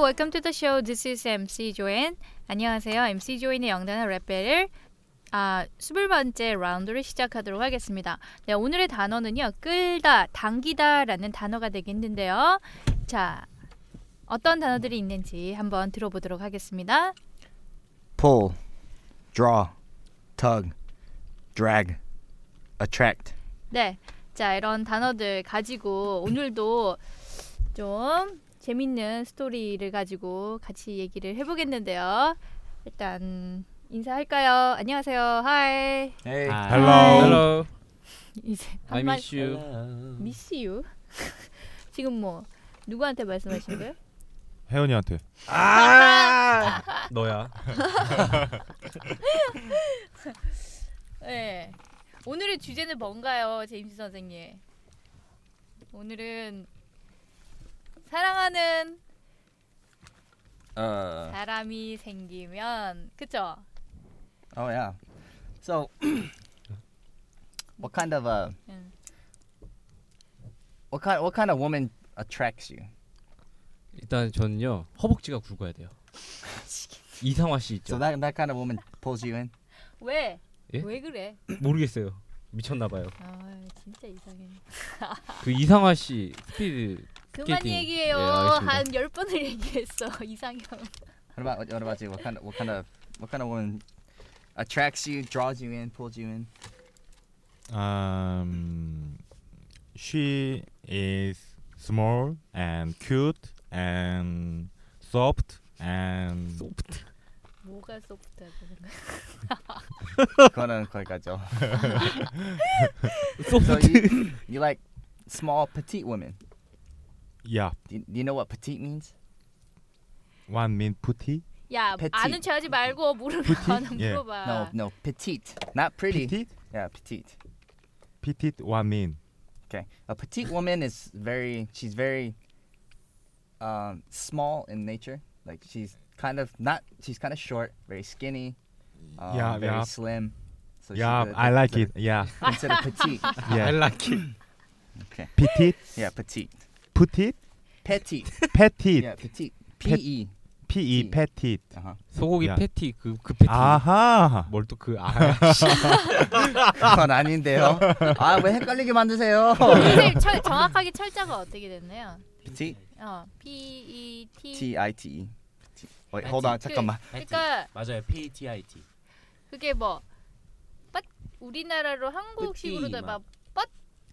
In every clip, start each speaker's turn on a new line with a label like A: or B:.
A: welcome to the show. This is MC 조엔. 안녕하세요. MC 조엔의 영단어 랩벨을 아, 20번째 라운드를 시작하도록 하겠습니다. 네, 오늘의 단어는요. 끌다, 당기다라는 단어가 되겠는데요. 자, 어떤 단어들이 있는지 한번 들어보도록 하겠습니다.
B: pull, draw, tug, drag, attract.
A: 네. 자, 이런 단어들 가지고 오늘도 좀 재밌는 스토리를 가지고 같이 얘기를 해보겠는데요. 일단 인사할까요? 안녕하세요. 하이.
B: Hey.
C: Hello.
D: 아. Hello.
A: 이제
D: I
A: 한마-
D: miss you.
A: miss you. 지금 뭐 누구한테 말씀하신 거예요?
C: 혜연이한테
D: 너야.
A: 네. 오늘의 주제는 뭔가요, 제임스 선생님? 오늘은 사랑하는
B: Uh,
A: 사람이 생기면 그쵸?
B: oh yeah. So, what kind of a
A: Mm.
B: what kind what kind of woman attracts you?
D: 일단 저는요 허벅지가 굵어야 돼요. 이상화 씨 있죠.
B: So that that kind of woman pulls you in.
A: 왜?
D: 예?
A: 왜 그래?
D: 모르겠어요. 미쳤나 봐요.
A: 아 진짜 이상해.
D: 그 이상화 씨 스피드
A: 그만
D: 스케이팅.
A: 얘기해요.
D: 예, 알겠습니다.
A: 한 열 번을 얘기했어 이상형.
B: What about what about you? What kind of what kind of what kind of woman attracts you, draws you in, pulls you in?
C: um, she is small and cute and soft and
D: 소프트.
A: 뭐가 소프트하다는 거야?
B: 그거는 거기까지죠. So
D: 소프트.
B: you you like small petite women.
C: yeah
B: Do you, do you know what petite means?
C: one mean putty
A: 야
B: 패티.
A: 아는 척하지 말고 모르면
C: 예.
A: 물어봐.
B: No, no, petite, not pretty.
C: petite
B: Yeah, petite.
C: petite one mean
B: Okay. A petite woman is very. She's very um, small in nature. Like she's kind of not. She's kind of short, very skinny. Um,
C: Yeah,
B: Very
C: yeah.
B: slim. So she's
C: yeah
B: really
C: I like it
B: considered-
C: yeah
B: Considered petite.
D: I
C: yeah
D: like it.
C: petite
B: Yeah, petite.
C: petite
B: Petite.
C: petite
B: Yeah, petite. P
C: Pet-
B: E.
C: p e petite
B: Uh huh.
D: 소고기
C: 야.
D: 패티 그 그 패티.
C: 아하
D: 뭘 또 그 아.
C: Ah.
B: 그건 아닌데요. Ah, 아왜 헷갈리게 만드세요?
A: 선생님 철, 정확하게 철자가 어떻게 됐나요?
B: Petite.
A: 어 P E T.
B: T I T E. Wait, hold on. 잠깐만.
A: 그러니까
E: 맞아요. PATIT.
A: 그게 뭐 빠, 우리나라로 한국식으로도
E: 뿌띠,
A: 막 빠,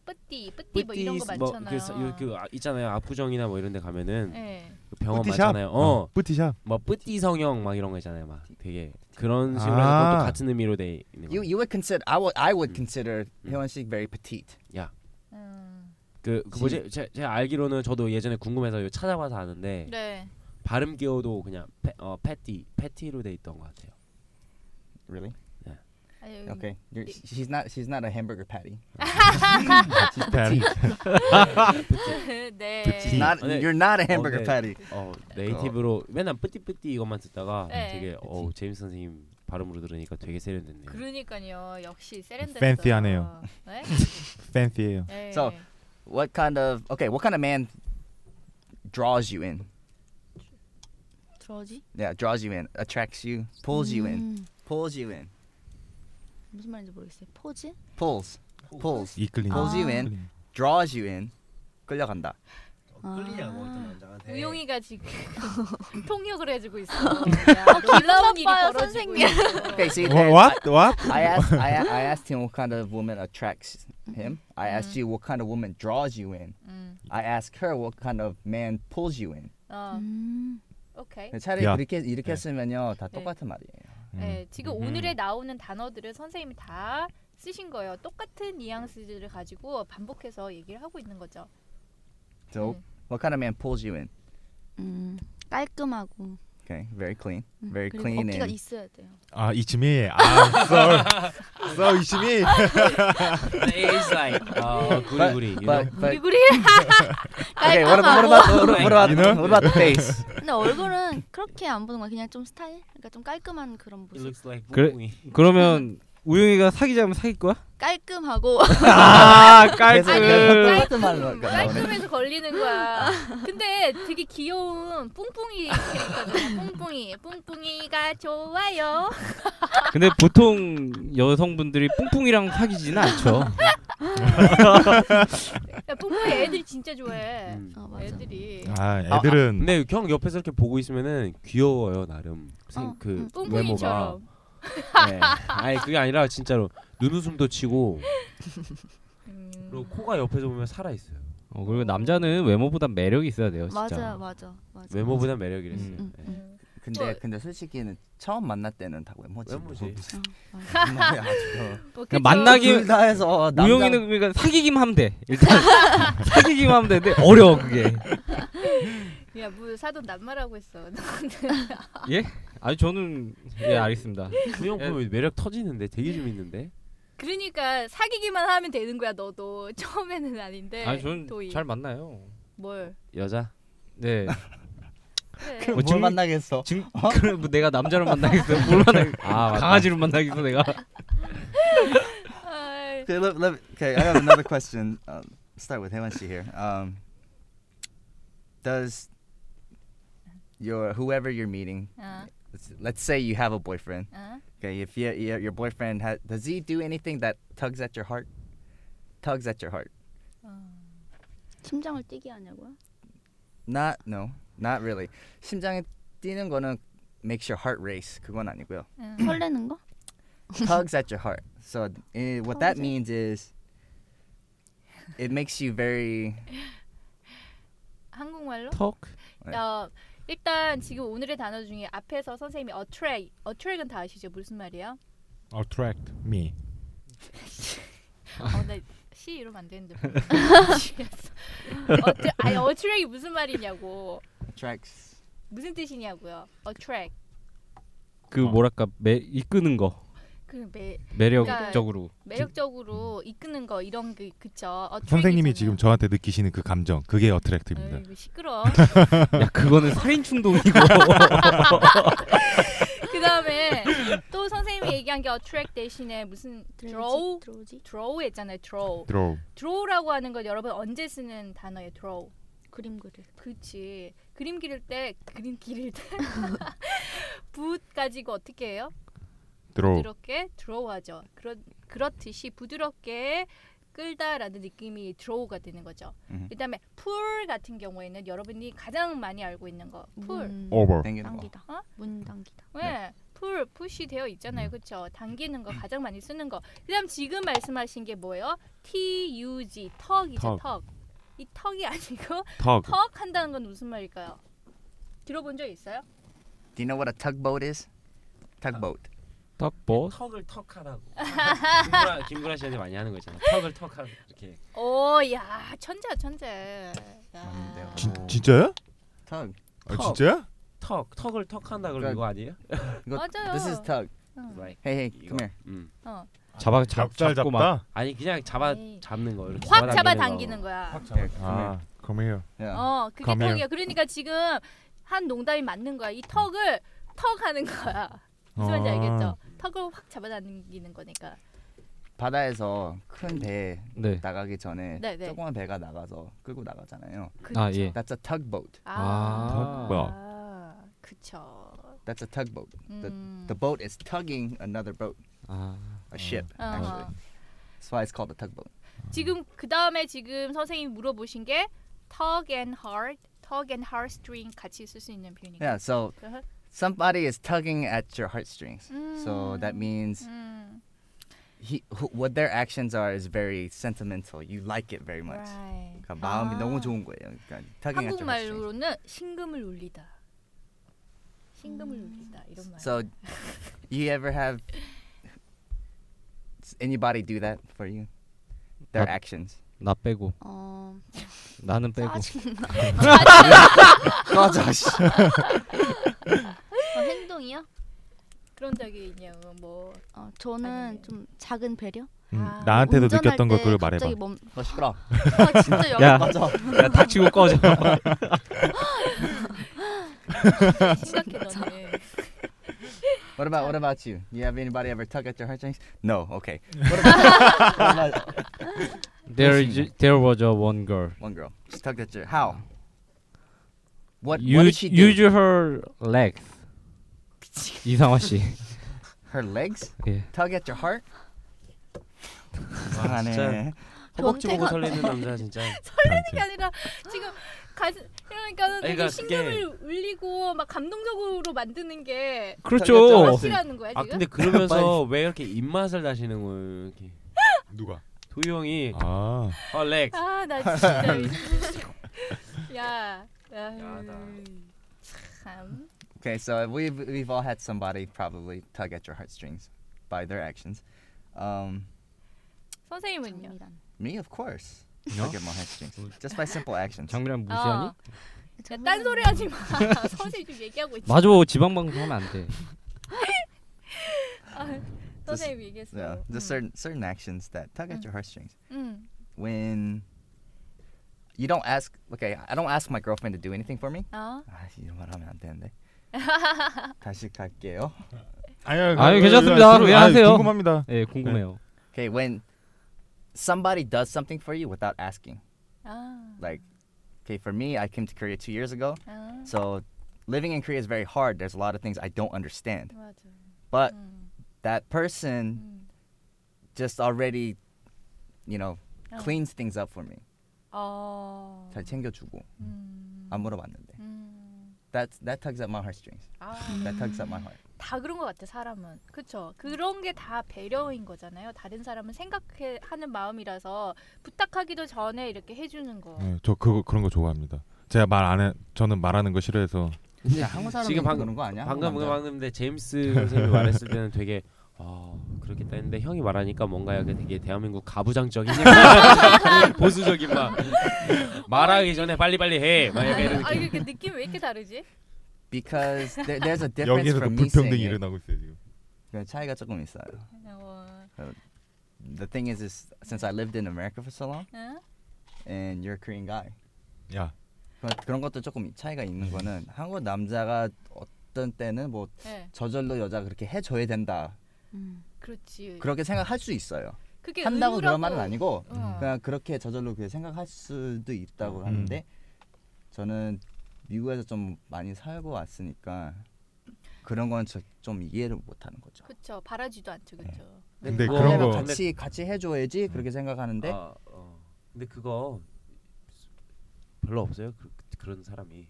A: 뿌띠 뿌띠 뭐 이런 거
E: 뭐,
A: 많잖아요.
E: 그, 사- 요- 그 아, 있잖아요. 압구정이나 뭐 이런 데 가면은
A: 예.
E: 그 병원
C: 뿌띠샵?
E: 많잖아요. 어.
C: 뿌티샵
E: 뭐 뿌띠 성형 막 이런 거 있잖아요. 막 되게 그런 식으로
C: 아.
E: 해서 그것도 같은 의미로 돼 있는
B: You
E: 거예요.
B: you would consider. I would I would
E: Mm.
B: consider
E: Mm.
B: Hyun Sik very petite.
A: 음.
E: 그, 그 뭐지? 제, 제가 알기로는 저도 예전에 궁금해서 이거 찾아봐서 아는데
A: 네.
E: 발음 기호도 그냥 패, 어, 패티, 패티로 돼 있던 것 같아요.
B: Really?
A: 아유,
B: Okay. You're, she's not. She's not a hamburger patty.
A: 네.
C: 그치.
B: Not.
E: 네.
B: You're not a
E: 네.
B: hamburger patty.
E: 어, 네이티브로 맨날 뿌띠뿌띠 이것만 듣다가
A: 네.
E: 되게 어, 제임스 선생님 발음으로 들으니까 되게 세련됐네요.
A: 그러니까요. 역시 세련됐어.
C: Fancy하네요.
A: 네?
C: fancy예요
A: 네.
B: So, What kind of okay? What kind of man draws you in?
A: 들어지?
B: Yeah, draws you in, attracts you, pulls you in, pulls you
A: Mm.
B: in,
A: 무슨 말인지 모르겠어요. 포즈?
B: pulls, pulls,
C: 이끌린
B: pulls you in, draws you in. 끌려간다.
F: 네.
A: 우영이가 지금 통역을 해주고 있어. 야, 놀라운 일이
F: 바빠요,
A: 벌어지고
F: 선생님.
A: 네. 있어.
B: Okay, see. there-
C: what what
B: I asked. I, a- I asked him what kind of woman attracts him. I asked
A: Mm-hmm.
B: you what kind of woman draws you in.
A: 음.
B: I asked her what kind of man pulls you in.
A: 어.
F: 음.
A: 오케이.
B: 차라리
C: 야.
B: 그렇게 이렇게
C: 네.
B: 쓰면요 다
A: 네.
B: 똑같은 말이에요.
A: 네, 지금
C: 음.
A: 오늘에 나오는 단어들을 선생님이 다 쓰신 거예요. 똑같은 뉘앙스들을 가지고 반복해서 얘기를 하고 있는 거죠.
B: So,
A: 음.
B: what kind of man pulls you in?
F: 음, 깔끔하고
B: Okay, very clean, very
F: 그리고
B: clean
F: 어깨가
B: and
F: 있어야 돼요.
C: 아 이치미 아 sorry so 이치미
E: It's like
A: 아.
E: 어, 구리구리. you know?
B: But, but
A: 우리 우리
F: 네.
B: okay, what about what about what about,
C: You know?
B: what about the face?
F: 근데 얼굴은 그렇게 안 보는 거야. 그냥 좀 스타일, 그러니까 좀 깔끔한 그런
E: It
F: 모습.
E: looks like
D: 그래-
E: 뿡뿡이.
D: 그러면
C: 우영이가 사귀자면 사귈 거야?
F: 깔끔하고
C: 아
A: 깔끔.
C: 깔끔.
B: 말로 나오네.
A: 깔끔해서 걸리는 거야. 근데 되게 귀여운 뿡뿡이 캐릭터잖아. 뿡뿡이. 뿡뿡이가 좋아요.
D: 근데 보통 여성분들이 뿡뿡이랑 사귀지는 않죠.
A: 야, 뿡뿡이 애들이 진짜 좋아해.
E: 음.
F: 어, 맞아.
A: 애들이.
C: 아
E: 아,
C: 애들은
E: 근데 형 옆에서 이렇게 보고 있으면은 귀여워요 나름 생,
F: 어,
E: 그
F: 음.
E: 외모가.
A: 뿡뿡이처럼.
E: 네. 아니 그게 아니라 진짜로 눈웃음도 치고
A: 음.
E: 그리고 코가 옆에서 보면 살아 있어요.
D: 어, 그리고 남자는 외모보다 매력이 있어야 돼요. 진짜.
F: 맞아 맞아 맞아.
E: 외모보다 매력이랬어요.
F: 음,
E: 네.
F: 음.
B: 근데 근데 솔직히는 처음 만날 때는 다 외모지.
E: 외모지.
F: 어, 맞아.
B: 정말 아주
A: 뭐
D: 그냥
A: 그쵸?
D: 만나기
B: 둘다 해서 남자
D: 우영이는 그러니까 사귀기만 하면 돼. 일단 사귀기만 하면 되는데 어려워 그게.
A: 야, 뭐 사돈 남마라고 했어.
D: 아니 저는 예 알겠습니다.
E: 구형 보면 매력 터지는데 되게 재밌는데.
A: 그러니까 사귀기만 하면 되는 거야, 너도. 처음에는 아닌데.
D: 아니 저는
A: 도희.
D: 잘 만나요.
A: 뭘.
E: 여자.
D: 네.
A: 그래.
B: 그럼 뭘
D: 지금-
B: 만나겠어?
D: 지금 그래 뭐 내가 남자를 만나겠어? 뭘 만나?
E: 아 맞다.
D: 강아지를 만나겠어 내가?
A: 아이.
B: Okay, let, let, okay, I have another question. Um, start with Hewan here. Um, does your whoever you're meeting,
A: 어,
B: let's, let's say you have a boyfriend,
A: 어.
B: okay, if your your your boyfriend ha does he do anything that tugs at your heart? Tugs at your heart?
F: 심장을 뛰게 하냐고요?
B: Not no, not really. 심장에 뛰는 거는 makes your heart race. 그건 아니고요.
A: 응.
F: 설레는 거?
B: tugs at your heart. So eh, what that
F: Tugs at-
B: means is it makes you very
A: 한국말로?
D: 턱.
B: 네.
A: 어, 일단 지금 오늘의 단어 중에 앞에서 선생님이 attract, attract은 다 아시죠? 무슨 말이에요? 아.
C: attract me.
A: 어, 나 C 이러면 안 되는데. 아, 미치겠어. 어트, 아니 attract이 무슨 말이냐고.
B: attracts
A: 무슨 뜻이냐고요? attract.
D: 그 뭐랄까 매 이끄는 거
A: 그 매,
D: 매력적으로.
A: 매력적으로 이끄는 거 이런 그 그쵸? attract이잖아요.
G: 음.
A: 음.
G: 선생님이 지금 저한테 느끼시는 그 감정 그게 어트랙트입니다.
A: 아이고 시끄러.
D: 야 그거는 살인 충동이고.
A: 그다음에 또 선생님이 얘기한 게 attract 대신에 무슨 draw
F: 들어오지?
A: draw 했잖아요. draw.
G: 드로우.
A: draw라고 하는 건 여러분 언제 쓰는 단어예요? draw.
F: 그림 그릴.
A: 그렇지. 그림 그릴 때 그림 그릴 때 붓 가지고 어떻게 해요? 어.
G: 드로우.
A: 부드럽게 드로우하죠. 그렇 그렇듯이 부드럽게 끌다라는 느낌이 드로우가 되는 거죠.
B: 음.
A: 그다음에 풀 같은 경우에는 여러분이 가장 많이 알고 있는 거 풀.
F: 문
G: 오버.
A: 네.
B: 당기는 거.
F: 당기다. 문 당기다.
A: 왜? 풀 푸시 되어 있잖아요, 그쵸 당기는 거 가장 많이 쓰는 거. 그다음 지금 말씀하신 게 뭐예요? T U G 턱이죠,
E: 턱.
A: 턱. 이 턱이 아니고
E: 턱.
A: 턱 한다는 건 무슨 말일까요? 들어본 적 있어요?
B: Do you know what a tugboat is? Tugboat.
D: 턱보.
E: 턱을 턱하라고. 김구라, 김구라 씨한테 많이 하는 거잖아. 턱을 턱하라고 이렇게.
A: 오, 야, 천재야, 천재. 야.
B: 맞는데요.
G: 진 진짜야?
B: Tug.
G: 아,
E: 턱.
G: 진짜야?
E: 턱 턱을 턱한다
B: 그러니까-
E: 그러면 이거 아니에요?
B: 이거-
A: 맞아요.
B: This is tug.
A: 응.
E: Right.
B: Hey, hey,
E: 이거.
B: come here.
E: 음.
A: 어.
D: 잡아 잡,
C: 잘
D: 잡고 막.
C: 잡다.
E: 아니 그냥 잡아
A: 에이.
E: 잡는 거 이렇게
A: 네. 확 잡아 당기는 거야.
B: Here, come here.
G: 아, come here.
B: Yeah.
A: 어, 그게
G: Come here.
A: 턱이야. 그러니까 지금 한 농담이 맞는 거야. 이 턱을 턱 하는 거야. 무슨 말인지
G: 아.
A: 알겠죠? 턱을 확 잡아 당기는 거니까.
B: 바다에서 큰 배
D: 네.
B: 나가기 전에
A: 네, 네.
B: 조그만 배가 나가서 끌고 나가잖아요.
A: 그쵸?
D: 아 예.
B: That's a tugboat.
A: 아.
G: 뭐.
A: 아, 그쵸.
B: That's a tugboat.
A: 음.
B: The boat is tugging another boat,
D: 아.
B: a ship
A: 어.
B: actually. That's why it's called a tugboat.
A: 지금 그 다음에 지금 선생님이 물어보신 게 턱 and heart, 턱 and heartstring 같이 쓸 수 있는 표현이니까.
B: Yeah. So somebody is tugging at your heartstrings.
A: Mm.
B: So that means
A: 음.
B: he wh- what their actions are is very sentimental. You like it very much.
A: Right.
B: 그러니까 마음이
A: 아.
B: 너무 좋은 거예요. 그러니까 tugging at your heartstrings.
A: 한국말로는 신금을 울리다. 신금을 울리다 이런 말.
B: So, you ever have s- anybody do that for you? Their
D: Not-
B: actions.
D: 나 빼고
F: 어.
D: 나는 빼고.
F: 짜증나.
B: 꺼져, 씨.
F: 어, 행동이요?
A: 그런 적이 있냐고 뭐.
F: 어, 저는
A: 아니에요.
F: 좀 작은 배려?
G: 음,
A: 아,
G: 나한테도
F: 운전할
G: 느꼈던 걸
F: 때
G: 그걸 말해봐.
F: 갑자기 멈...
B: 너 시끄러.
F: 아, 진짜 영...
D: 야,
B: 꺼져.
D: 야 닥치고 꺼져.
A: 심각해 너는.
F: 음.
B: What What about what about you? You have anybody ever tug at your heartstrings? No. Okay. What about, what about
D: There is there was a one girl.
B: one girl? She tugged at your how? What
D: You,
B: what did she do?
D: Use her legs. 이상화 씨.
B: Her legs?
D: 예.
B: Tug at your heart?
E: 아, 진짜
B: 이상하네.
E: 허벅지 보고
F: 변태
E: 설레는 남자 진짜.
A: 그게 아니라 지금 가슴 그러니까는 되게
E: 그러니까
A: 신경을 울리고 막 감동적으로 만드는 게
D: 그렇죠.
A: 확실하는 거야
E: 아
A: 지금.
E: 근데 그러면서 왜 이렇게 입맛을 다시는 거예요? 이렇게.
G: 누가?
E: 도희 형이
G: 아
E: 헐렉.
A: 아 나 진짜 이- 야. 야.
E: 야하다.
A: 참.
B: Okay, so we've we've all had somebody probably tug at your heartstrings by their actions. Um,
A: 선생님은요?
F: 장미란.
B: me, of course, tug at my heartstrings just by simple actions.
D: 장미랑 무시하니?
A: 어. 야, 딴 소리 하지 마. 선생님 지금 얘기하고 있지.
D: 맞아 지방 방송 하면 안 돼.
A: 아, 선생님 얘기했어.
B: Yeah,
A: 음.
B: just certain certain actions that tug at your heartstrings.
A: 음.
B: When you don't ask, okay, I don't ask my girlfriend to do anything for me.
A: 어.
B: 아, 이런 말 하면 안 되는데. 다시 갈게요.
G: 아유
D: 아유, 괜찮습니다. 그냥 하세요.
G: 궁금합니다.
D: 예, 궁금해요.
B: Okay, when somebody does something for you without asking,
A: 아.
B: like, okay, for me, I came to Korea two years ago.
A: 아.
B: So living in Korea is very hard. There's a lot of things I don't understand.
A: 맞아.
B: But
A: 음.
B: that person
A: 음.
B: just already, you know,
A: 어.
B: cleans things up for me.
A: 어.
B: 잘 챙겨주고
A: 음.
B: 안 물어봤는데.
A: 음.
B: That's that tugs at my heartstrings.
A: 아.
B: That tugs at my heart.
A: 다 그런 것 같아 사람은 그쵸 그런 게 다 배려인 거잖아요 다른 사람은 생각해 하는 마음이라서 부탁하기도 전에 이렇게 해주는 거
G: 네, 저 그거 그런 거 좋아합니다. 제가 말 안 해. 저는 말하는 거 싫어해서
B: 야, 한국 사람이
E: 지금 방금
B: 그런 거 아니야?
E: 방금
B: 한국
E: 방금
B: 남자.
E: 방금 데 제임스 선생님이 말했을 때는 되게 아 그렇겠다 했는데 형이 말하니까 뭔가 약간 되게 대한민국 가부장적인 약간 보수적인 막 말하기 전에 빨리빨리 해. 막 약간 이런
A: 아
E: 느낌.
A: 이렇게 느낌 왜 이렇게 다르지
B: because there, there's a difference
G: 여기에서도
B: from me saying
G: 불평등이
B: it.
G: 일어나고 있어요 지금.
B: 그 차이가 조금 있어요.
A: 어,
B: The thing is, is since I lived in America for so long,
A: 응?
B: and you're a Korean guy,
G: 야
B: 그런, 그런 것도 조금 차이가 있는 거는 한국 남자가 어떤 때는 뭐
A: 네
B: 저절로 여자 그렇게 해줘야 된다
F: 음.
A: 그렇지
B: 그렇게 생각할 수 있어요.
A: 그게
B: 한다고 그런
A: 의무라고-
B: 말은 아니고 음.
A: 어.
B: 그냥 그렇게 저절로 그렇게 생각할 수도 있다고 하는데 저는 미국에서 좀 많이 살고 왔으니까 그런 건 좀 이해를 못하는 거죠.
A: 그쵸 바라지도 않죠 그쵸
G: 근데
E: 그거-
G: 그런 거
B: 같이 같이 해줘야지 그렇게 생각하는데
E: 아, 어. 근데 그거 별로 없어요. 그, 그런 사람이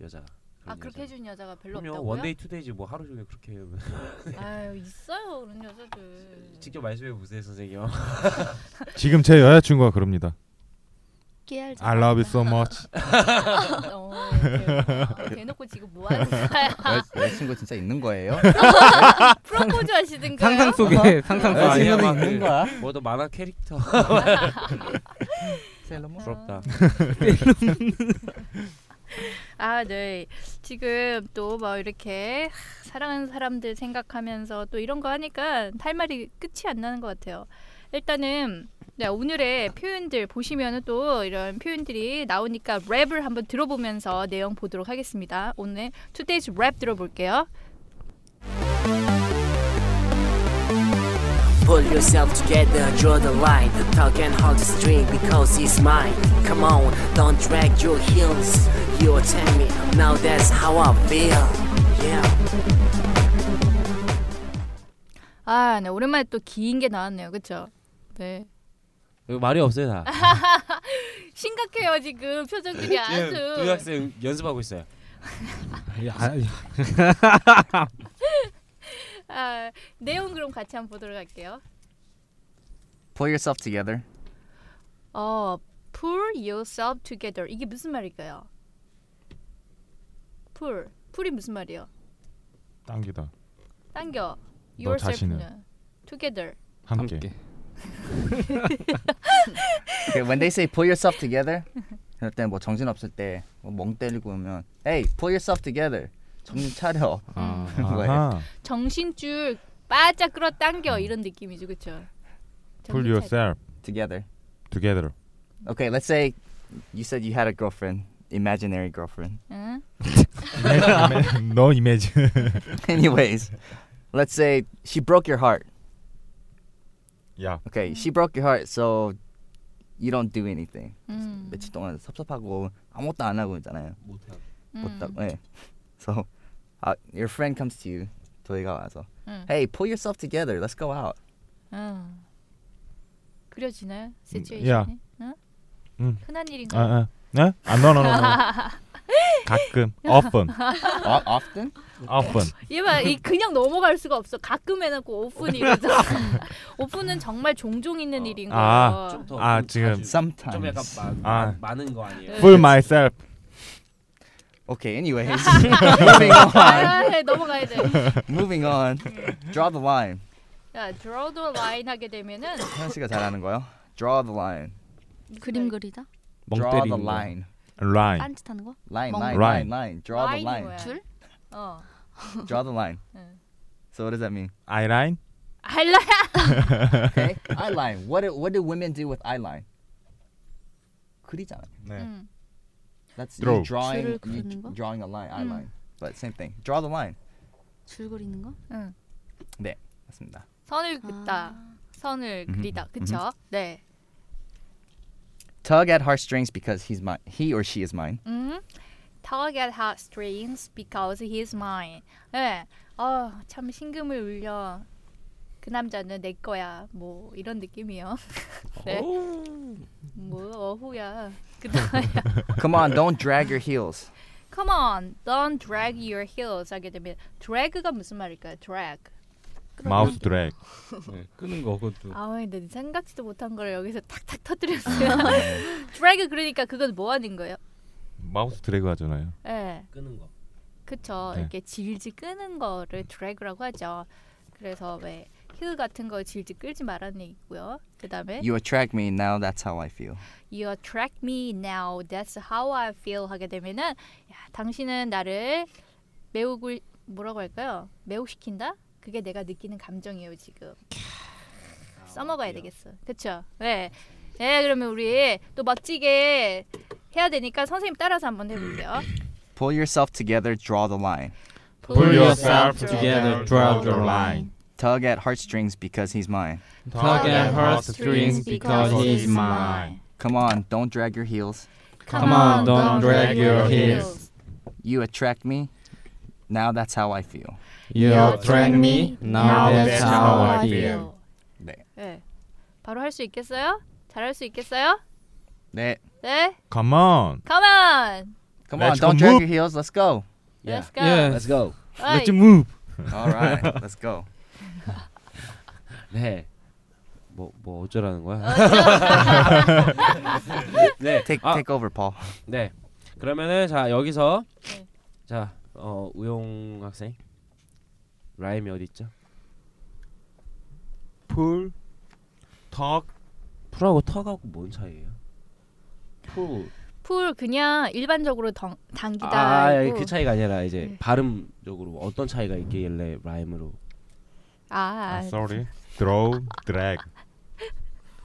E: 여자. 그런
A: 아 그렇게
E: 여자.
A: 해준 여자가 별로
E: 그럼요.
A: 없다고요?
E: 원데이 투데이지 뭐 하루 종일 그렇게 해요.
A: 아유 있어요 그런 여자들
E: 직접 말씀해 보세요, 선생님.
G: 지금 제 여자친구가 그럽니다.
F: 깨알
G: I love you so much.
A: 어, 이렇게 대놓고 지금 뭐 하는 거야
B: 여- 여자친구 진짜 있는 거예요?
A: 프로포즈 하시든가요?
D: 네. 상상 속에 상상 속
E: 아니야,
B: 여자친구도
E: 막
B: 있는
E: 그-
B: 거야?
E: 뭐도 만화 캐릭터.
B: 셀러몬?
E: 부럽다.
A: 아, 네. 지금 또 뭐 이렇게 하, 사랑하는 사람들 생각하면서 또 이런 거 하니까 할 말이 끝이 안 나는 것 같아요. 일단은 네, 오늘의 표현들 보시면은 또 이런 표현들이 나오니까 랩을 한번 들어보면서 내용 보도록 하겠습니다. 오늘 투데이즈 랩 들어볼게요.
H: Pull yourself together, draw the line. Tug and hold the string because it's mine. Come on, don't drag your heels. You attack me, now that's how I feel. Yeah.
A: 아, 네. 오랜만에 또 긴 게 나왔네요. 그렇죠? 네.
E: 이거 그 말이 없어요, 다.
A: 아, 심각해요, 지금 표정들이
E: 지금 예, 두
A: 아주.
E: 학생 연습하고 있어요.
D: 예,
A: 아, 내용 그럼 같이 한번 보도록 할게요.
B: Pull yourself together.
A: 어, pull yourself together. 이게 무슨 말일까요? pull. pull이 무슨 말이에요?
G: 당기다.
A: 당겨.
G: 너 자신을.
A: yourself는. together.
G: 함께.
D: 함께.
B: Okay, when they say pull yourself together, 그럴 때뭐 정신 없을 때멍 때리고 오면 Hey, pull yourself together. 정신 차려.
D: 아.
G: 아하.
A: 정신줄 바짝 끌어 당겨 이런 느낌이죠. 그렇죠?
G: 음. Pull yourself
B: Together.
G: together.
B: Okay, let's say you said you had a girlfriend, imaginary girlfriend.
A: 응?
G: no imagine.
B: Anyways, let's say she broke your heart.
G: 야.
B: Okay, she broke your heart, so you don't do anything.
A: 음.
B: 며칠 동안 섭섭하고 아무것도 안 하고 있잖아요. 못다. 예. So uh, your friend comes to you. 저희가 와서
A: 음.
B: Hey, pull yourself together. Let's go out.
A: 음. 그려지나요?
G: 야.
A: 시츄에이션이? 응?
G: 음.
A: 흔한 일인가? 요
G: 아, 아. 네? 아, no, no, no, no. 가끔. often.
B: O- often?
G: often.
A: 얘봐, 이 그냥 넘어갈 수가 없어. 가끔 해놓고 오픈 이러죠. 오픈은 정말 종종 있는 일인 거예요.
G: 아,
E: 좀더
G: 아, 지금.
E: 좀 약간
B: Sometimes.
E: 마,
G: 아.
E: 마, 많은 거 아니에요?
A: 네.
G: full myself.
B: Okay. Anyways, moving on.
A: 아, 네, 넘어가야 돼.
B: Moving on. Draw the line.
A: 야, draw the line 하게 되면은
B: 현 씨가 잘하는 거요. Draw the line.
F: 그림 그리다?
D: 멍
B: Draw the
D: 때리는 거.
B: line.
G: line.
F: 딴짓하는 거?
B: Line,
F: 멍.
B: line, line,
G: Line.
B: line. Draw
A: 라인이
B: the line.
A: 뭐야?
F: 줄?
A: 어.
B: Draw the line.
A: 응.
B: So what does that mean?
G: eye line.
A: 알라.
B: Okay. eye line. What do, what do women do with eye line? 그리잖아.
G: 네.
A: 음.
B: That's
G: Draw.
B: you drawing
F: 줄을
B: you
F: 그리는 거?
B: drawing a line, eye
A: 음.
B: line. But same thing. Draw the line.
F: 줄 그리는 거?
A: 응.
B: 맞습니다.
A: 선을 긋다. 선을
B: 음흠.
A: 그리다. 그쵸? 네.
B: Tug at heartstrings because he's mine. He or she is mine.
A: 음. Tug at heartstrings because he's mine. 네. 어, 참 심금을 울려. 그 남자는 내 거야. 뭐 이런 느낌이요. 네. 뭐 어후야. 그다음에
B: Come on, don't drag your heels.
A: Come on, don't drag your heels 하게 되면 drag가 무슨 말일까요? drag.
G: mouse drag.
D: 네, 끄는 거 그것도.
A: 아, 근데 생각지도 못한 걸 여기서 탁탁 터뜨렸어요. drag 그러니까 그건 뭐 하는 거예요?
G: 마우스 드래그 하잖아요.
A: 예.
E: 끄는 거.
A: 그쵸.
G: 네.
A: 이렇게 질질 끄는 거를 드래그라고 하죠. 그래서 왜 힐 같은 거 질질 끌지 말라는 얘기고요. 그다음에
B: You attract me now. That's how I feel.
A: you attract me now. That's how I feel 하게 되면은 야, 당신은 나를 매우 굴 뭐라고 할까요? 매혹시킨다? 그게 내가 느끼는 감정이에요, 지금. 써먹어야 되겠어. 그쵸? 네. 네, 그러면 우리 또 멋지게 해야 되니까 선생님 따라서 한번 해볼게요.
B: Pull yourself together. Draw the line.
D: Pull yourself together, draw
G: your line.
B: Tug at heartstrings because he's mine.
D: Tug at heartstrings because he's mine.
B: Come on, don't drag your heels.
D: Come on, don't drag your heels.
B: You attract me. Now that's how I feel.
D: You attract me, now that's how I feel.
B: 네.
A: 네. 바로 할 수 있겠어요? 잘할 수 있겠어요?
B: 네.
A: 네.
G: Come on.
A: Come on.
B: Come on,
G: Let's go
B: don't drag
G: move.
B: your heels. Let's go.
A: Let's go.
D: Yeah,
B: Let's go.
A: 어이.
G: Let's move.
B: All right, let's go.
E: 네. 뭐, 뭐 어쩌라는 거야? 네.
B: Take
E: 아,
B: take over, Paul.
E: 네. 그러면은 자, 여기서
A: 네.
E: 자, 어, 우용 학생. 라임이 어디 있죠?
G: Pull. Talk.
E: 풀하고 턱하고 뭔 차이예요? 풀.
A: 풀 그냥 일반적으로 덩, 당기다.
E: 아, 아니,
A: 고
E: 그 차이가 아니라 이제
A: 네.
E: 발음적으로 어떤 차이가 있길래 라임으로
A: 아,
G: 아, sorry. Draw. Drag.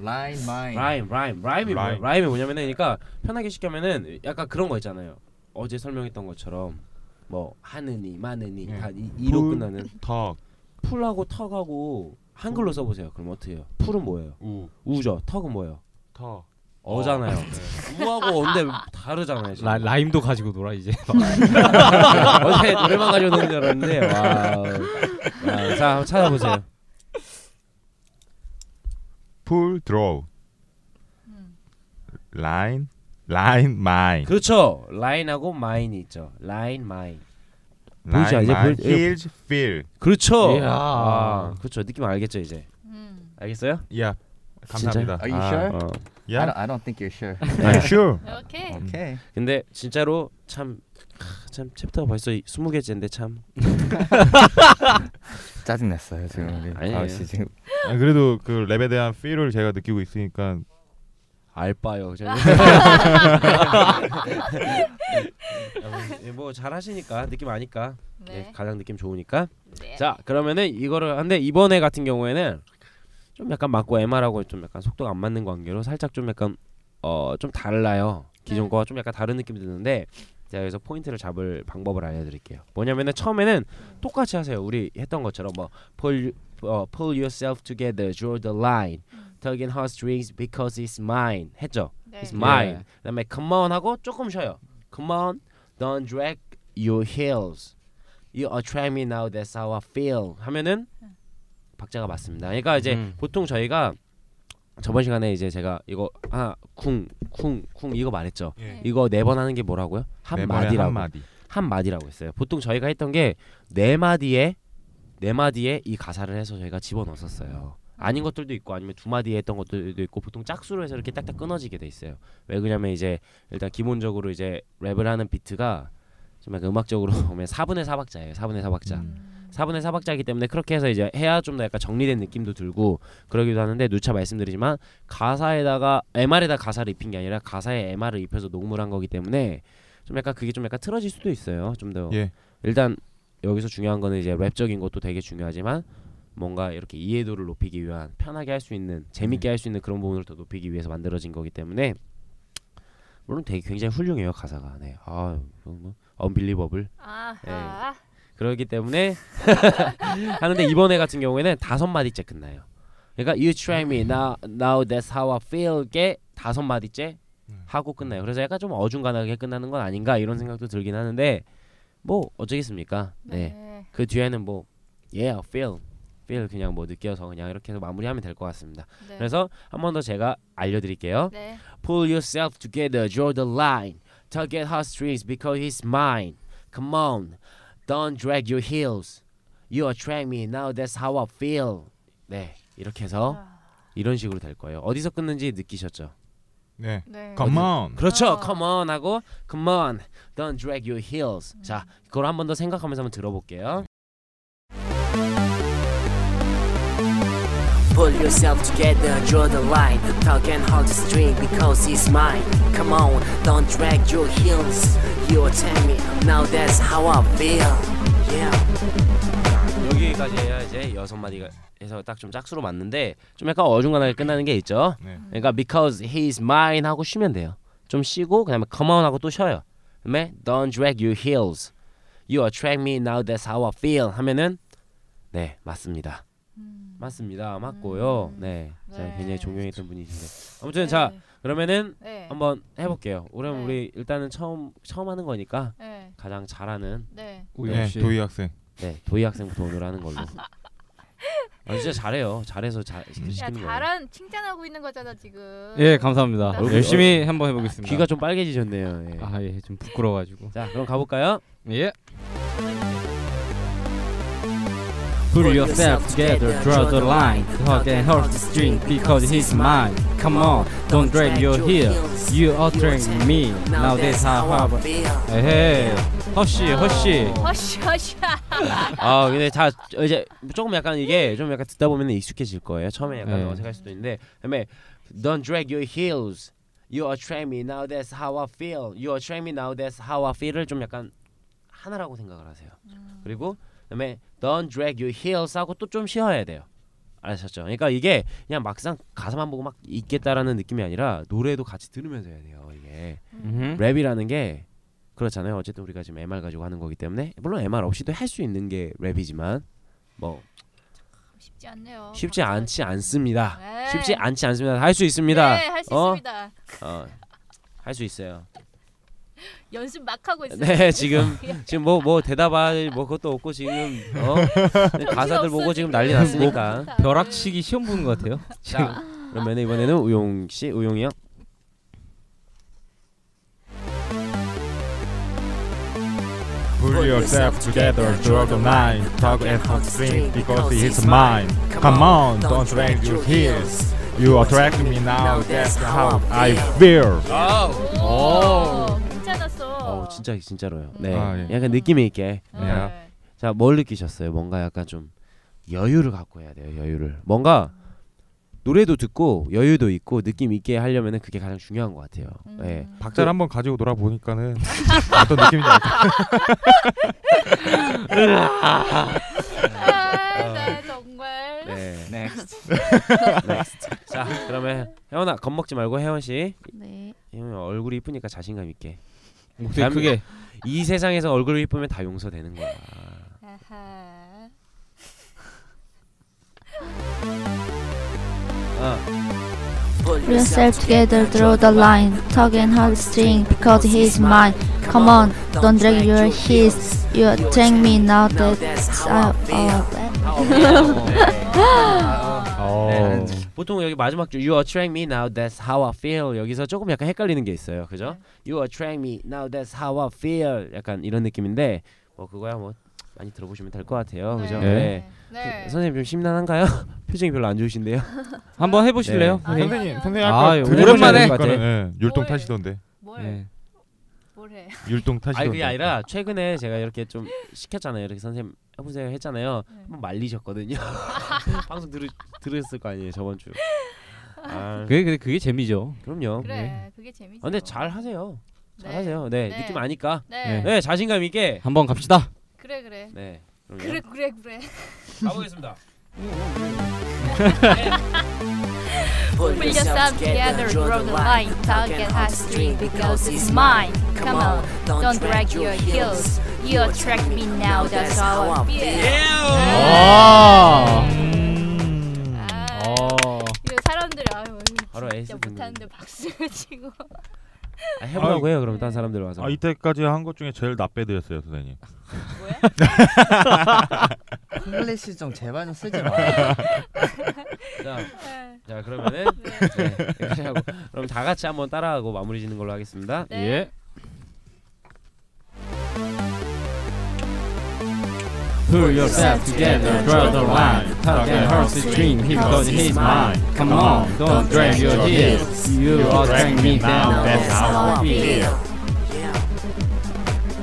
B: Line mine.
E: 라임, 라임, 라임이 뭐야?
G: 라임.
E: 라임이 뭐냐면은 그러니까 편하게 쉽게 하면은 약간 그런 거 있잖아요. 어제 설명했던 것처럼 뭐 하느니 마느니
G: 네.
E: 다 이, 이로
G: 풀.
E: 끝나는
G: Talk.
E: 풀하고 턱하고 한글로 써보세요. 그럼 어떻게요? 풀은 뭐예요?
G: 우.
E: 우죠. 턱은 뭐예요?
G: 터.
E: 어잖아요.
G: 네.
E: 우하고 언데 다르잖아요. 지금.
D: 라, 라임도 가지고 놀아 이제.
E: 어제 노래만 가져오는 줄 알았는데 와우. 와우. 자 한번 찾아보세요.
G: Pull. Draw. Line. Line. Mine.
E: 그렇죠. 라인하고 마인이 있죠. 라인 마인.
G: Line.
E: 보이지 않냐?
G: Mine.
E: 보이-
G: Heels. Feel.
E: 그렇죠.
D: 이야.
E: 아, 그렇죠. 느낌 알겠죠 이제.
A: 음.
E: 알겠어요?
G: Yeah. 감사합니다.
B: Are you sure?
E: 어.
B: I
G: Yeah.
B: don't, I don't think you're sure.
E: 아,
G: Are
E: 네.
G: you 아, 예? sure?
A: 오케이.
B: Okay.
E: 근데 진짜로 참. 하, 참 챕터가 벌써 20개째인데 참
B: 짜증났어요 지금 우리
E: 아니에요.
B: 아우 씨 지금
G: 아, 그래도 그 랩에 대한 feel을 제가 느끼고 있으니까
E: 알바요 음, 저는 뭐 잘하시니까 느낌 아니까 네.
A: 네.
E: 가장 느낌 좋으니까
A: 네.
E: 자 그러면은 이거를 한데 이번에 같은 경우에는 좀 약간 맞고 MR하고 좀 약간 속도가 안 맞는 관계로 살짝 좀 약간 어 좀 달라요 기존
A: 네.
E: 거와 좀 약간 다른 느낌이 드는데 제가 여기서 포인트를 잡을 방법을 알려드릴게요. 뭐냐면은 처음에는 똑같이 하세요. 우리 했던 것처럼 뭐 pull, 어, pull yourself together, draw the line,
A: 음.
E: tug in heartstrings because it's mine 했죠.
A: 네.
E: It's mine. 그다음에 come on 하고 조금 쉬어요. Come on, don't drag your heels. You attract me now, that's how I feel. 하면은 박자가 맞습니다. 그러니까 이제
D: 음.
E: 보통 저희가 저번 시간에 이제 제가 이거 하나 쿵쿵쿵 이거 말했죠.
A: 예.
E: 이거 네 번 하는 게 뭐라고요? 한 마디라고.
G: 네 한마디.
E: 한 마디라고 했어요. 보통 저희가 했던 게 네 마디에 네 마디에 이 가사를 해서 저희가 집어넣었었어요. 아닌 것들도 있고 아니면 두 마디에 했던 것들도 있고 보통 짝수로 해서 이렇게 딱딱 끊어지게 돼 있어요. 왜 그러냐면 이제 일단 기본적으로 이제 랩을 하는 비트가 정말 음악적으로 보면 4분의 4박자예요. 4분의 4박자. 4분의 4박자이기 때문에 그렇게 해서 이제 해야 좀 더 약간 정리된 느낌도 들고 그러기도 하는데 누차 말씀드리지만 가사에다가 MR에다 가사를 입힌 게 아니라 가사에 MR을 입혀서 녹음을 한 거기 때문에 좀 약간 그게 좀 약간 틀어질 수도 있어요. 좀 더
G: 예.
E: 일단 여기서 중요한 거는 이제 랩적인 것도 되게 중요하지만 뭔가 이렇게 이해도를 높이기 위한 편하게 할 수 있는 재밌게 할 수 있는 그런 부분을 더 높이기 위해서 만들어진 거기 때문에 물론 되게 굉장히 훌륭해요 가사가 네. 아, 언빌리버블
A: 아,
E: 예.
A: 아.
E: 그렇기 때문에 하는데 이번에 같은 경우에는 다섯 마디째 끝나요. 그러니까 you try me now, now that's how I feel 게 다섯 마디째 하고 끝나요. 그래서 약간 좀 어중간하게 끝나는 건 아닌가 이런 생각도 들긴 하는데 뭐 어쩌겠습니까. 네.
A: 네.
E: 그 뒤에는 뭐 yeah feel feel 그냥 뭐 느껴서 그냥 이렇게 해서 마무리하면 될 것 같습니다.
A: 네.
E: 그래서 한 번 더 제가 알려드릴게요.
A: 네.
E: Pull yourself together, draw the line. Target heartstrings because it's mine. Come on, don't drag your heels. You attract me now. That's how I feel. 네, 이렇게 해서 이런 식으로 될 거예요. 어디서 끊는지 느끼셨죠?
G: 네.
A: 네.
G: Come on.
E: 그렇죠.
A: 어.
E: Come on 하고 Come on, don't drag your heels. 자, 그걸 한 번 더 생각하면서 한번 들어볼게요.
H: Pull yourself together, draw the line. The tug and hold the string because it's mine. Come on, don't drag your heels. You attack me, now that's how I feel. Yeah.
E: 여기까지 해야 이제 여섯 마디가 해서 딱 좀 짝수로 맞는데 좀 약간 어중간하게 끝나는 게 있죠.
G: 네.
E: 그러니까 because he's mine 하고 쉬면 돼요. 좀 쉬고 그다음에 come on 하고 또 쉬어요. 그다음에 don't drag your heels, you attract me now that's how I feel 하면은 네 맞습니다. 맞습니다. 맞고요. 네, 제가
A: 네.
E: 굉장히 존경했던 분이신데 아무튼 자 그러면은
A: 네.
E: 한번 해볼게요. 그럼
A: 네.
E: 우리 일단은 처음 처음 하는 거니까
A: 네.
E: 가장 잘하는
A: 네.
D: 우영 씨.
G: 도희 학생.
E: 네 도희 학생부터 오늘 하는 걸로. 아 진짜 잘해요. 잘해서 잘
A: 야,
E: 시키는 거예요.
A: 잘한 칭찬하고 있는 거잖아, 지금.
D: 예, 감사합니다.
A: 어,
D: 열심히 한번 해보겠습니다.
E: 귀가 좀 빨개지셨네요. 예.
D: 아, 예, 좀 부끄러워가지고.
E: 자 그럼 가볼까요?
D: 예. Pull yourself together, draw the line, hug and hold the string because he's mine. Come on, don't drag your heels. You are dragging me. Now that's how I. Oh.
H: feel.
D: 에헤, 허쉬, 허쉬.
A: 어, 허쉬 허쉬.
E: 아 근데 다 이제 조금 약간 이게 좀 약간 듣다 보면 익숙해질 거예요. 처음에 약간
D: 네.
E: 어색할 수도 있는데 그다음에 Don't drag your heels. You attract me now. That's how I feel. You attract me now. That's how I feel을 좀 약간 하나라고 생각을 하세요. 그리고 그다음에 Don't drag your heels 하고 또 좀 쉬어야 돼요. 아셨죠? 그러니까 이게 그냥 막상 가사만 보고 막 있겠다라는 느낌이 아니라 노래도 같이 들으면서 해야 돼요. 이게
D: 음.
E: 랩이라는 게 그렇잖아요. 어쨌든 우리가 지금 MR 가지고 하는 거기 때문에 물론 MR 없이도 할 수 있는 게 랩이지만 뭐
A: 쉽지 않네요.
E: 쉽지
A: 박수.
E: 않지
A: 어,
E: 않습니다.
A: 네.
E: 쉽지 않지 않습니다. 할 수 있습니다.
A: 네, 할 수
E: 어?
A: 있습니다.
E: 어. 할 수 있어요.
A: 연습 막 하고 있어요.
E: 네, 지금 지금 뭐 뭐 대답할 뭐 그것도 없고 지금 어? 가사들 보고 지금 난리 났으니까.
D: 벼락치기 시험 보는 것 같아요.
E: 자, 그러면 이번에는 우용 씨, 우용이요.
C: Pull yourself together, draw the line, tug at heartstrings because it's mine. Come on, don't drag your heels. You attract me now, that's how I feel.
A: 오. 괜찮았어. 어.
E: 어, 진짜 진짜로요. 네,
G: 아, 예.
E: 약간 느낌 있게.
A: 네.
E: 자, 뭘 느끼셨어요? 뭔가 약간 좀 여유를 갖고 해야 돼요. 여유를. 뭔가 노래도 듣고 여유도 있고 느낌 있게 하려면은 그게 가장 중요한 것 같아요. 예.
G: 박자를 한번 가지고 돌아보니까는 어떤 느낌인지 알 것
A: 아, 나 정말.
E: 네.
B: Next.
E: 자, 그러면 혜원아 겁먹지 말고 혜원 씨.
F: 네.
E: 혜원 얼굴이 이쁘니까 자신감 있게.
D: 목소리 크게.
E: 이 세상에서 얼굴이 이쁘면 다 용서되는 거야.
A: 아하.
E: 어,
H: Pull
F: Pull yourself together, draw the line, tug and hold string because he's mine. Come on, don't drag your heels. You thank me now that I oh that.
G: 어.
E: 보통 여기 마지막 줄 You attract me now that's how I feel 여기서 조금 약간 헷갈리는 게 있어요. 그죠? You attract me now that's how I feel 약간 이런 느낌인데 뭐 그거야 뭐 많이 들어보시면 될 것 같아요. 그죠?
G: 네.
E: 네.
A: 네.
E: 그- 선생님 좀 심란한가요? 표정이 별로 안 좋으신데요.
D: 한번 해보실래요?
A: 네.
D: 선생님?
G: 선생님, 선생님
D: 아,
G: 아까
D: 오랜만에
G: 들으셨을
D: 같아.
G: 거는, 예, 율동
A: 뭐예요?
G: 타시던데.
A: 뭘?
D: 네.
A: 뭘
E: 네.
A: 해?
G: 율동 타시던데.
E: 아니 그게 아니라 최근에 제가 이렇게 좀 시켰잖아요. 이렇게 선생님 해보세요 했잖아요.
A: 네.
E: 한번 말리셨거든요. 방송 들으, 들으셨을 거 아니에요 저번 주. 아,
D: 그게 그게, 그게 재미죠.
E: 그럼요.
A: 그래.
D: 네.
A: 그게 재밌어.
E: 아, 근데 잘 하세요. 잘
A: 네.
E: 하세요. 네,
A: 네.
E: 느낌 아니까.
A: 네.
E: 네, 자신감 있게.
D: 한번 갑시다.
A: 그래 그래.
E: 네. 그럼요.
A: 그래 그래 그래.
E: 가보겠습니다.
A: Pull yourself together, draw the line, tug and hold string because it's mine. Come on, don't drag your heels. You attract me now, that's how I feel.
D: 아.
G: 음.
A: 아.
D: 어.
A: 이거 사람들이 아유 언니
E: 바로 에이스
A: 진짜
E: 듣는
A: 못하는데 박수를 치고.
E: 아, 해보라고
G: 아유.
E: 해요. 그럼 다른 사람들 와서.
G: 아, 이때까지 한 것 중에 제일 나빼드렸어요, 선생님.
B: 플래시 좀 제발 좀 쓰지 마.
E: 자, 자 그러면은 네, 이렇게 하고 그럼 다 같이 한번 따라하고 마무리 짓는 걸로 하겠습니다.
A: 네.
D: 예.
H: Pull yourself together, draw the line. Tug and horse is dream, he because he's mine. Come on, don't drag your heels.
D: You are dragging me down.
H: That's how I feel.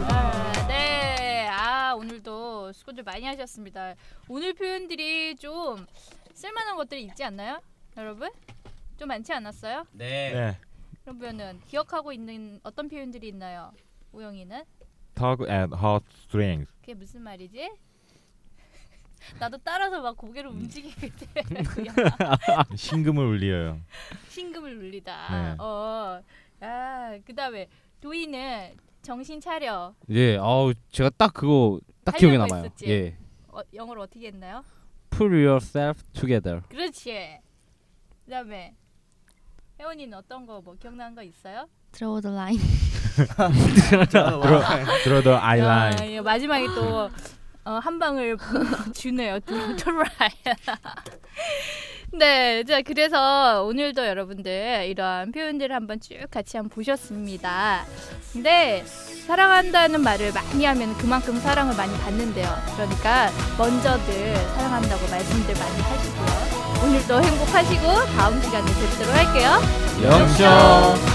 A: 아, 네. 아, 오늘도 수고들 많이 하셨습니다. 오늘 표현들이 좀 쓸만한 것들이 있지 않나요? 여러분? 좀 많지 않았어요?
E: 네.
A: 그러면은 기억하고 있는 어떤 표현들이 있나요? 우영이는?
G: Tug and heartstrings.
A: 그게 무슨 말이지? 나도 따라서 막 고개를 움직이게 돼.
G: 아, 신금을 울려요.
A: 심금을 울리다.
G: 네.
A: 어. 아, 그다음에 도희는 정신 차려.
D: 예. 아우 제가 딱 그거 딱 기억에
A: 하려고
D: 남아요.
A: 했었지.
D: 예.
A: 어, 영어로 어떻게 했나요?
D: Pull yourself together.
A: 그렇지. 그다음에 혜원이는 어떤 거 뭐 기억나는 거 있어요?
F: Draw the line.
G: Through the eye
A: 아,
G: line.
A: 예, 마지막에 또 어, 한 방을 주네요. 드라이. 네, 자 그래서 오늘도 여러분들 이런 표현들을 한번 쭉 같이 한번 보셨습니다. 근데 사랑한다는 말을 많이 하면 그만큼 사랑을 많이 받는데요. 그러니까 먼저들 사랑한다고 말씀들 많이 하시고요. 오늘도 행복하시고 다음 시간에 뵙도록 할게요.
D: 영쇼.